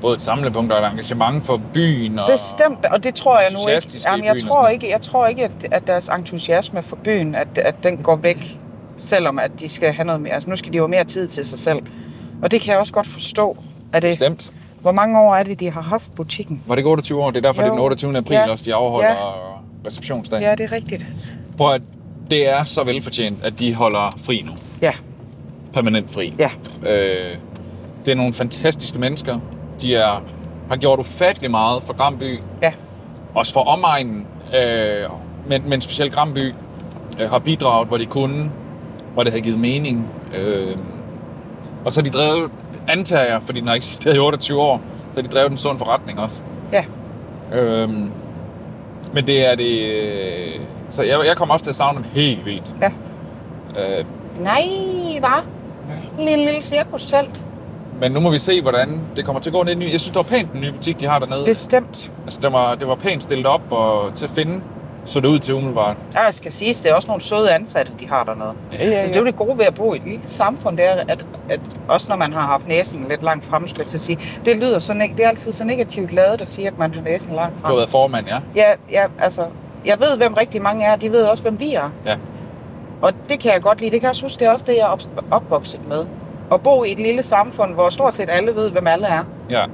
B: Både et samlepunkt og et engagement for byen. Og...
C: Bestemt, og det tror jeg nu ikke.
B: entusiastiske i
C: Jamen, jeg
B: byen og
C: tror
B: sådan.
C: ikke, jeg tror ikke, at, at deres entusiasme for byen, at, at den går væk, selvom at de skal have noget mere. Altså, nu skal de jo have mere tid til sig selv. Og det kan jeg også godt forstå. Er det,
B: Bestemt.
C: hvor mange år er det, de har haft butikken?
B: Var det ikke 28 år? Det er derfor,
C: Jo.
B: det er den 28. april
C: Ja.
B: ja. også, de afholder
C: Ja.
B: ja. receptionsdag.
C: Ja, det er rigtigt.
B: Prøv at det er så velfortjent, at de holder fri nu.
C: Ja,
B: Permanent fri.
C: ja,
B: Øh, det er nogle fantastiske mennesker. De er, har gjort ufattelig meget for Gramby,
C: ja.
B: også for omegnen, øh, men, men specielt Gramby øh, har bidraget, hvor de kunne, hvor det havde givet mening. Øh, og så har de drevet, antager jeg, fordi den har eksisteret i 28 år, så har de drevet en sund forretning også.
C: Ja,
B: Øh, men det er det... øh, Så jeg, jeg kommer også til at savne dem helt vildt.
C: ja.
B: Øh,
C: Nej, var Lille, lille cirkustelt.
B: men nu må vi se, hvordan det kommer til at gå ned i den nye. Jeg synes, det var pænt, den nye butik, de har dernede.
C: Bestemt.
B: Altså, det var, det var pænt stillet op og til at finde, så det ud til umiddelbart.
C: Og jeg skal sige, det er også nogle søde ansatte, de har dernede.
B: Ja, ja,
C: Altså, det er jo det gode ved at bo i et lille samfund, det er, at, at også når man har haft næsen lidt langt frem, skulle jeg til at sige, det lyder så neg- det er altid så negativt lavet at sige, at man har næsen langt
B: Du har
C: frem.
B: været formand, ja.
C: Ja, ja, altså, jeg ved, hvem rigtig mange er, de ved også, hvem vi er.
B: Ja.
C: Og det kan jeg godt lide. Det kan jeg også huske, det er også det, jeg er op- opvokset med. At bo i et lille samfund, hvor stort set alle ved, hvem alle er.
B: ja.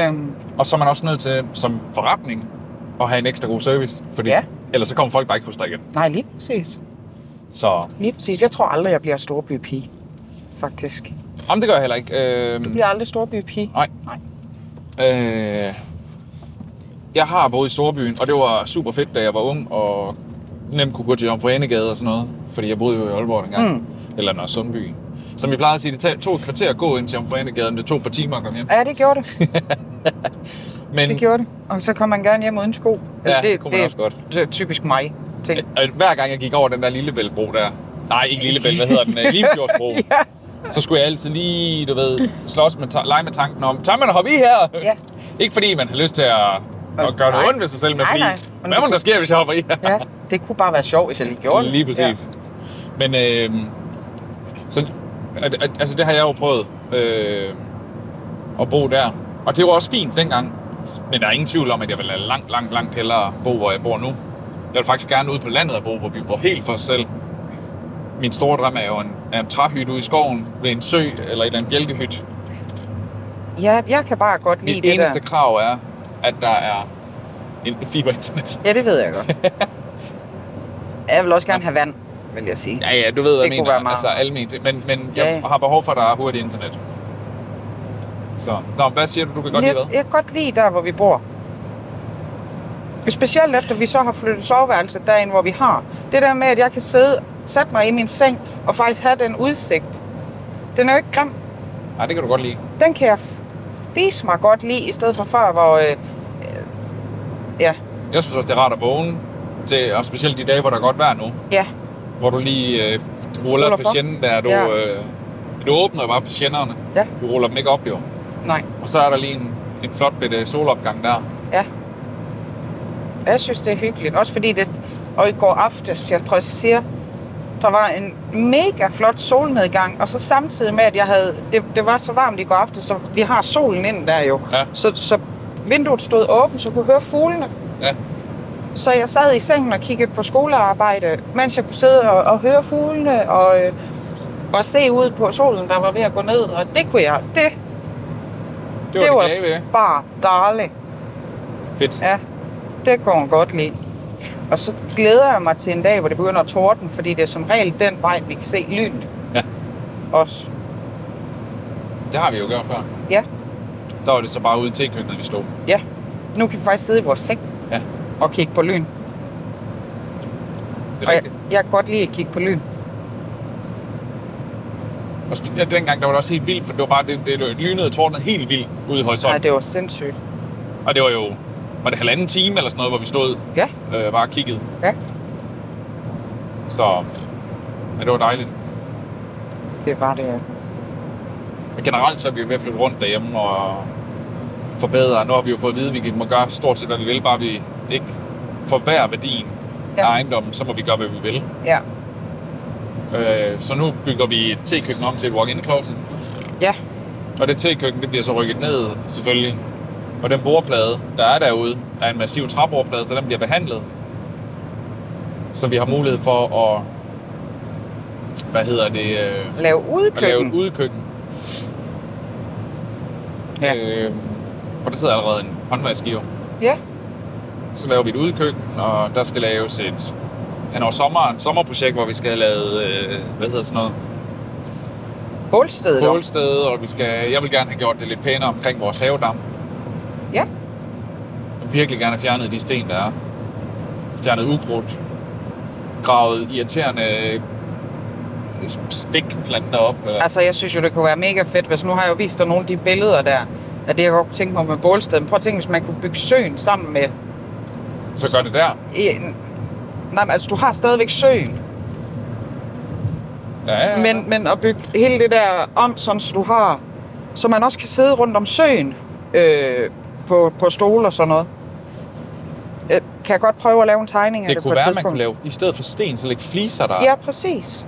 C: Øhm,
B: Og så er man også nødt til, som forretning, at have en ekstra god service. Fordi
C: Ja.
B: ellers så kommer folk bare ikke hos dig igen.
C: nej, lige præcis.
B: Så,
C: Lige præcis. Jeg tror aldrig, jeg bliver storbypige, faktisk.
B: om det gør jeg heller ikke. Øh,
C: Jeg bliver aldrig storbypige.
B: Nej.
C: Nej.
B: Øh, jeg har boet i Storbyen, og det var super fedt, da jeg var ung, og nemt kunne gå til Jomfruanegade og sådan noget, fordi jeg boede jo i Aalborg engang,
C: Mm.
B: mm. eller Nørre Sundby. Som vi plejede at sige, det tog- tog et kvarter at gå ind til Jomfruanegade, men det tog et par timer at komme hjem.
C: Ja, det gjorde det.
B: Men
C: Det gjorde det. Og så kom man gerne hjem uden sko.
B: Ja, det kunne man også godt.
C: Det er typisk mig ting.
B: øh, hver gang jeg gik over den der Lillebæltbro der, nej ikke Lillebælt, hvad hedder den, Øh, Limfjordsbro, så skulle jeg altid lige, du ved, slås med, ta- lege med tanken om, tør man at hoppe i her?
C: Ja.
B: ikke fordi man har lyst til at, at gøre noget
C: Øh, Nej.
B: ondt ved sig selv, men
C: Nej,
B: fordi,
C: nej. Men
B: hvad
C: du
B: må der sker, hvis jeg hopper i her?
C: Ja, det kunne bare være sjovt, hvis jeg lige gjorde det.
B: Lige præcis. Ja. Men øh, så, at, at, altså det har jeg jo prøvet øh, at bo der. Og det var også fint dengang. Men der er ingen tvivl om, at jeg vil langt, langt, langt hellere bo, hvor jeg bor nu. Jeg vil faktisk gerne ud på landet og bo, hvor vi bor helt for os selv. Min store drøm er jo en, er en træhytte ude i skoven ved en sø eller et eller andet bjælkehyt.
C: Ja. ja, jeg kan bare godt lide
B: Mit
C: det
B: eneste
C: der.
B: krav er, at der er en fiberinternet.
C: Ja, det ved jeg godt. jeg vil også gerne have vand, vil jeg sige.
B: Ja, ja, du ved, hvad jeg
C: kunne
B: mener.
C: være meget.
B: Altså alment. Men, men
C: Ja,
B: jeg
C: ja.
B: har behov for, at der er hurtigt internet. Så. Nå, hvad siger du? Du kan godt lide
C: jeg,
B: hvad?
C: jeg kan godt lide der, hvor vi bor. Specielt efter vi så har flyttet soveværelset derind, hvor vi har. Det der med, at jeg kan sidde, sætte mig i min seng og faktisk have den udsigt. Den er jo ikke grim.
B: Nej, det kan du godt lide.
C: den kan jeg f- fise mig godt lide, i stedet for før, hvor... Øh, øh, ja,
B: Jeg synes også, det er rart at vågne. Til, og specielt de dage, hvor der er godt vejr nu.
C: ja,
B: Hvor du lige øh, ruller
C: Ruller for.
B: patienten der. Du,
C: Ja.
B: øh, du åbner jo bare patienterne.
C: Ja.
B: Du ruller dem ikke op, jo.
C: nej,
B: Og så er der lige en, en flot bitte solopgang der.
C: ja. Jeg synes, det er hyggeligt. Også fordi det... Og i går aftes, jeg præciserer, der var en mega flot solnedgang, og så samtidig med, at jeg havde... Det, det var så varmt i går aftes, så vi har solen ind der jo.
B: Ja.
C: Så, så vinduet stod åbent, så jeg kunne høre fuglene.
B: Ja.
C: Så jeg sad i sengen og kiggede på skolearbejde, mens jeg kunne sidde og, og høre fuglene og, øh, og se ud på solen, der var ved at gå ned. Og det kunne jeg. Det, det
B: Det var det, det glade ved. det.
C: bare darling.
B: Fedt.
C: Ja, det kunne jeg godt lide. Og så glæder jeg mig til en dag, hvor det begynder at torden, fordi det er som regel den vej, vi kan se lyn.
B: Ja.
C: Også.
B: Det har vi jo gjort før.
C: Ja,
B: Der var det så bare ude i tekøkkenet, vi stod.
C: ja. Nu kan vi faktisk sidde i vores seng
B: Ja,
C: og kigge på
B: det
C: lyn.
B: er
C: Og jeg,
B: rigtigt.
C: jeg kan godt lide at kigge på lyn.
B: Og spe- ja, dengang der var det også helt vildt, for det var bare det, det, det lynede og tårnet helt vildt ude i
C: Nej,
B: horisonten.
C: det var sindssygt.
B: Og det var jo, var det halvanden time eller sådan noget, hvor vi stod
C: Ja,
B: øh, bare og kiggede.
C: ja.
B: Så ja, det var dejligt.
C: Det var det.
B: Men generelt så er vi jo ved at flytte rundt derhjemme og forbedre. Nu har vi jo fået at vide, at vi må gøre stort set, hvad vi vil, bare vi ikke forværrer værdien ja. af
C: Ja.
B: ejendommen, så må vi gøre, hvad vi vil.
C: Ja.
B: Øh, så nu bygger vi et tekøkken om til et walk-in closet.
C: Ja.
B: Og det tekøkken, det bliver så rykket ned, selvfølgelig. Og den bordplade, der er derude, der er en massiv træbordplade, så den bliver behandlet. Så vi har mulighed for at, hvad hedder det, øh,
C: Lav
B: at lave et
C: udkøkken.
B: udkøkken.
C: Ja.
B: Øh, for der sidder allerede en håndværksgiver.
C: Ja.
B: Så laver vi et udkøkken, og der skal laves et hen over sommeren, sommerprojekt, hvor vi skal have lavet, øh, hvad hedder sådan noget,
C: Bålstedet. Bål.
B: bålsted, og vi skal, jeg vil gerne have gjort det lidt pænere omkring vores havedam.
C: Ja.
B: Jeg vil virkelig gerne have fjernet de sten, der er. Fjernet ukrudt. Gravet irriterende øh, stikplanter op. Eller,
C: Altså, jeg synes jo, det kunne være mega fedt, hvis nu har jeg jo vist dig nogle af de billeder der, af det, jeg godt kunne tænke mig med bålstedet. Prøv at tænke, hvis man kunne bygge søen sammen med...
B: så gør det der.
C: I- Nej, men altså, du har stadigvæk søen.
B: Ja, ja, ja.
C: Men, men at bygge hele det der om, sådan så du har, så man også kan sidde rundt om søen øh, på, på stole og sådan noget. Øh, kan jeg godt prøve at lave en tegning af det,
B: det
C: på
B: kunne
C: et
B: være, man
C: tidspunkt?
B: kunne lave, i stedet for sten, så lægge fliser der.
C: Ja, præcis.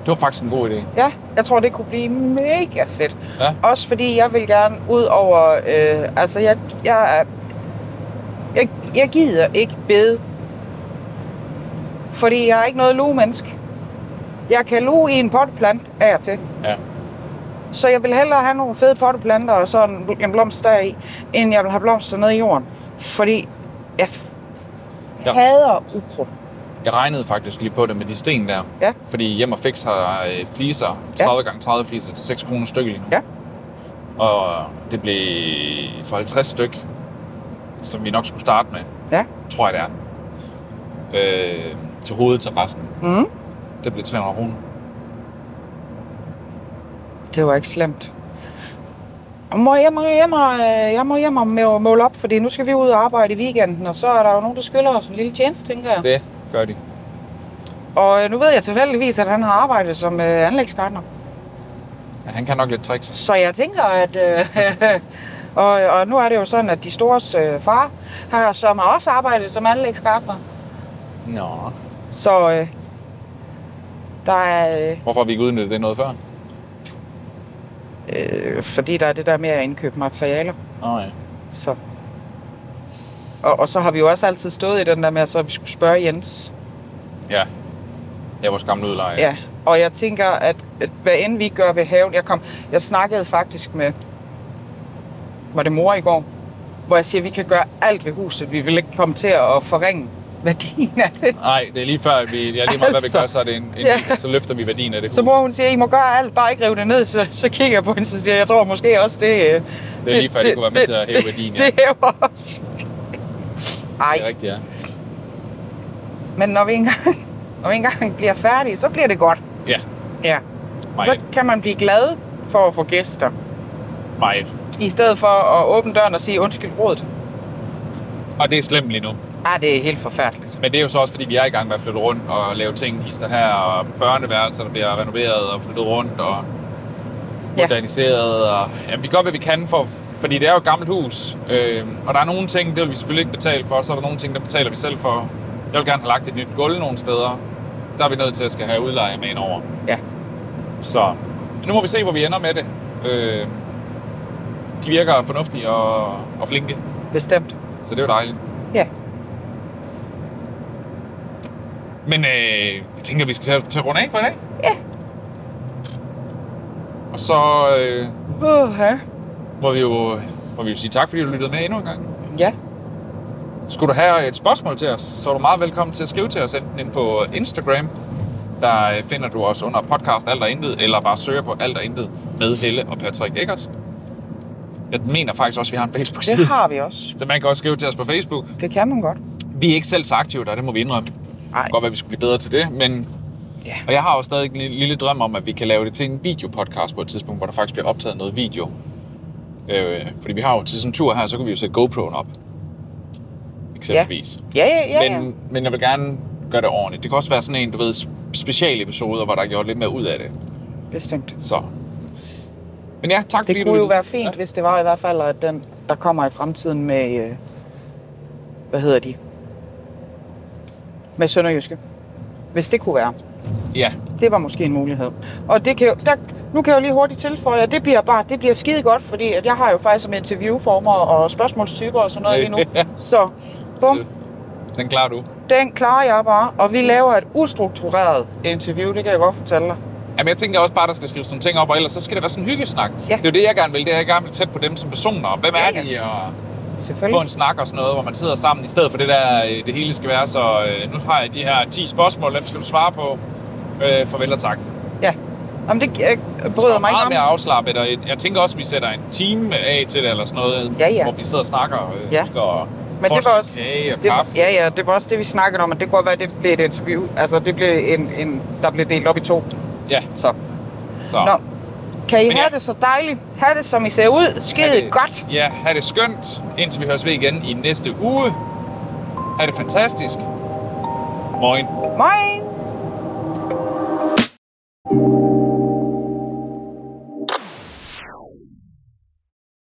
B: Det var faktisk en god idé.
C: Ja, jeg tror, det kunne blive mega fedt.
B: Ja.
C: Også fordi jeg vil gerne ud over... Øh, altså, jeg, jeg, er, jeg, jeg gider ikke bede. Fordi jeg er ikke noget lugemenneske. Jeg kan luge i en potteplant af og til.
B: Ja.
C: Så jeg vil hellere have nogle fede potteplanter og så en, en blomst deri, end jeg vil have blomster nede i jorden. Fordi jeg f-
B: Ja.
C: ja. hader ukrudt.
B: Jeg regnede faktisk lige på det med de sten der.
C: Ja.
B: Fordi Hjem og Fix har øh, fliser, 30 gange 30 fliser til 6 kroner stykke lige nu.
C: Ja.
B: Og det blev for 50 styk, som vi nok skulle starte med.
C: Ja.
B: Tror jeg det er. Øh, til hovedterrassen.
C: Mm.
B: Det blev 300 kroner.
C: Det var ikke slemt. Må jeg, må, jeg, må, øh, jeg må hjem og må- måle op, fordi nu skal vi ud og arbejde i weekenden, og så er der jo nogen, der skylder os en lille tjeneste, tænker jeg.
B: Det gør de.
C: Og øh, nu ved jeg tilfældigvis, at han har arbejdet som øh, anlægsgartner.
B: Ja, han kan nok lidt tricks.
C: Så jeg tænker, at... Øh, og, og nu er det jo sådan, at de stores øh, far har, som har også arbejdet som anlægsgartner.
B: Nå.
C: Så øh, der er... øh,
B: Hvorfor har vi ikke udnyttet det noget før?
C: Øh, fordi der er det der med at indkøbe materialer.
B: Nå ja.
C: Så. Og, og så har vi jo også altid stået i den der med, at så vi skulle spørge Jens.
B: Ja. Jeg var gamle udleje.
C: Ja. Og jeg tænker, at, at hvad end vi gør ved haven... Jeg, kom, jeg snakkede faktisk med... Var det mor i går? Hvor jeg siger, at vi kan gøre alt ved huset. Vi vil ikke komme til at forringe værdien af det.
B: Nej, det er lige før, at vi, ja, lige meget, hvad vi
C: Altså.
B: gør, så, er det en, en, ja.
C: Ja.
B: så løfter vi værdien af det
C: Så
B: hus.
C: mor hun siger, I må gøre alt, bare ikke rive det ned. Så, så kigger jeg på hende, så siger jeg, jeg tror måske også det... øh,
B: Det er lige før, det, kunne være med til at hæve værdien.
C: Det,
B: Ja.
C: det hæver også.
B: Det er
C: Ej,
B: rigtigt, ja.
C: men når vi, engang, når vi engang bliver færdige, så bliver det godt.
B: Ja,
C: Ja. Så
B: meget,
C: kan man blive glad for at få gæster.
B: meget.
C: I stedet for at åbne døren og sige undskyld rådet.
B: Og det er slemt lige nu.
C: Ah, det er helt forfærdeligt.
B: Men det er jo så også, fordi vi er i gang med at flytte rundt og lave ting, hister her, og børneværelser, der bliver renoveret og flyttet rundt og
C: Ja.
B: moderniseret. Ja. Og, jamen, vi gør, hvad vi kan, for, fordi det er jo et gammelt hus. Øh, og der er nogle ting, det vil vi selvfølgelig ikke betale for, så er der nogle ting, der betaler vi selv for. Jeg vil gerne have lagt et nyt gulv nogle steder. Der er vi nødt til at skal have udleje med ind over.
C: Ja.
B: Så nu må vi se, hvor vi ender med det. Øh, de virker fornuftige og, og flinke,
C: Bestemt.
B: så det er jo dejligt.
C: Ja.
B: Men øh, jeg tænker, vi skal til at- til at runde af for i dag.
C: Ja.
B: Og så øh,
C: Uh, ja.
B: må, vi jo, må vi jo sige tak, fordi du lyttede med endnu en gang.
C: ja.
B: Skulle du have et spørgsmål til os, så er du meget velkommen til at skrive til os enten ind på Instagram, der øh, finder du os under podcast Alt og Intet, eller bare søger på Alt og Intet med Helle og Patrick Eggers. Jeg mener faktisk også, at vi har en Facebook-side,
C: Det har vi også.
B: så man kan også skrive til os på Facebook.
C: Det kan man godt.
B: Vi er ikke selv så aktive der, det må vi indrømme.
C: Nej.
B: Det kan godt være, at vi skulle blive bedre til det, men...
C: Ja.
B: Og jeg har jo stadig en lille, lille drøm om, at vi kan lave det til en videopodcast på et tidspunkt, hvor der faktisk bliver optaget noget video. Øh, fordi vi har jo til sådan en tur her, så kan vi jo sætte GoPro'en op. Eksempelvis.
C: Ja, ja, ja. ja.
B: Men, men jeg vil gerne gøre det ordentligt. Det kan også være sådan en, du ved, special episode, hvor der er gjort lidt mere ud af det.
C: Bestemt.
B: Så. Men ja, tak fordi
C: Det kunne
B: du...
C: jo være fint,
B: Ja.
C: hvis det var i hvert fald, at den, der kommer i fremtiden med, øh, hvad hedder de, med Sønderjyske. Hvis det kunne være.
B: Ja,
C: Det var måske en mulighed. Og det kan jo, der, nu kan jeg jo lige hurtigt tilføje, at det bliver, bare, det bliver skide godt, fordi at jeg har jo faktisk som interviewformer og spørgsmålstyper og sådan noget lige nu. Så bum,
B: den klarer du.
C: den klarer jeg bare. Og vi laver et ustruktureret interview, det kan jeg godt fortælle dig.
B: Jamen, jeg tænker også bare, der skal skrives nogle ting op, og ellers så skal det være sådan en hyggesnak.
C: Ja.
B: Det er jo det, jeg gerne vil. Det er, jeg gerne vil tæt på dem som personer. Og hvem er
C: Ja,
B: de? Og få en
C: Selvfølgelig.
B: snak og sådan noget, hvor man sidder sammen, i stedet for det der, øh, det hele skal være, så øh, nu har jeg de her 10 spørgsmål, dem skal du svare på. Øh, farvel og tak.
C: Ja. Jamen det jeg, jeg
B: Det
C: bryder
B: er
C: mig
B: meget
C: ikke
B: mere
C: om.
B: afslappet, og jeg tænker også, at vi sætter en time af til det, eller sådan noget,
C: Ja, ja.
B: hvor vi sidder og snakker øh,
C: Ja.
B: og
C: Men det var også,
B: kage og
C: det var,
B: kaffe.
C: ja, ja, det var også det, vi snakkede om, at det kunne godt være, at det blev et interview. Altså, det blev en, en, der blev delt op i to.
B: Ja,
C: Så.
B: så.
C: Nå. Kan I
B: Men ja.
C: have det så dejligt? Have det, som I ser ud.
B: Ha'
C: Skide
B: det-
C: godt.
B: Ja, ha' det skønt, indtil vi høres ved igen i næste uge. Ha' det fantastisk. Moin.
C: Moin!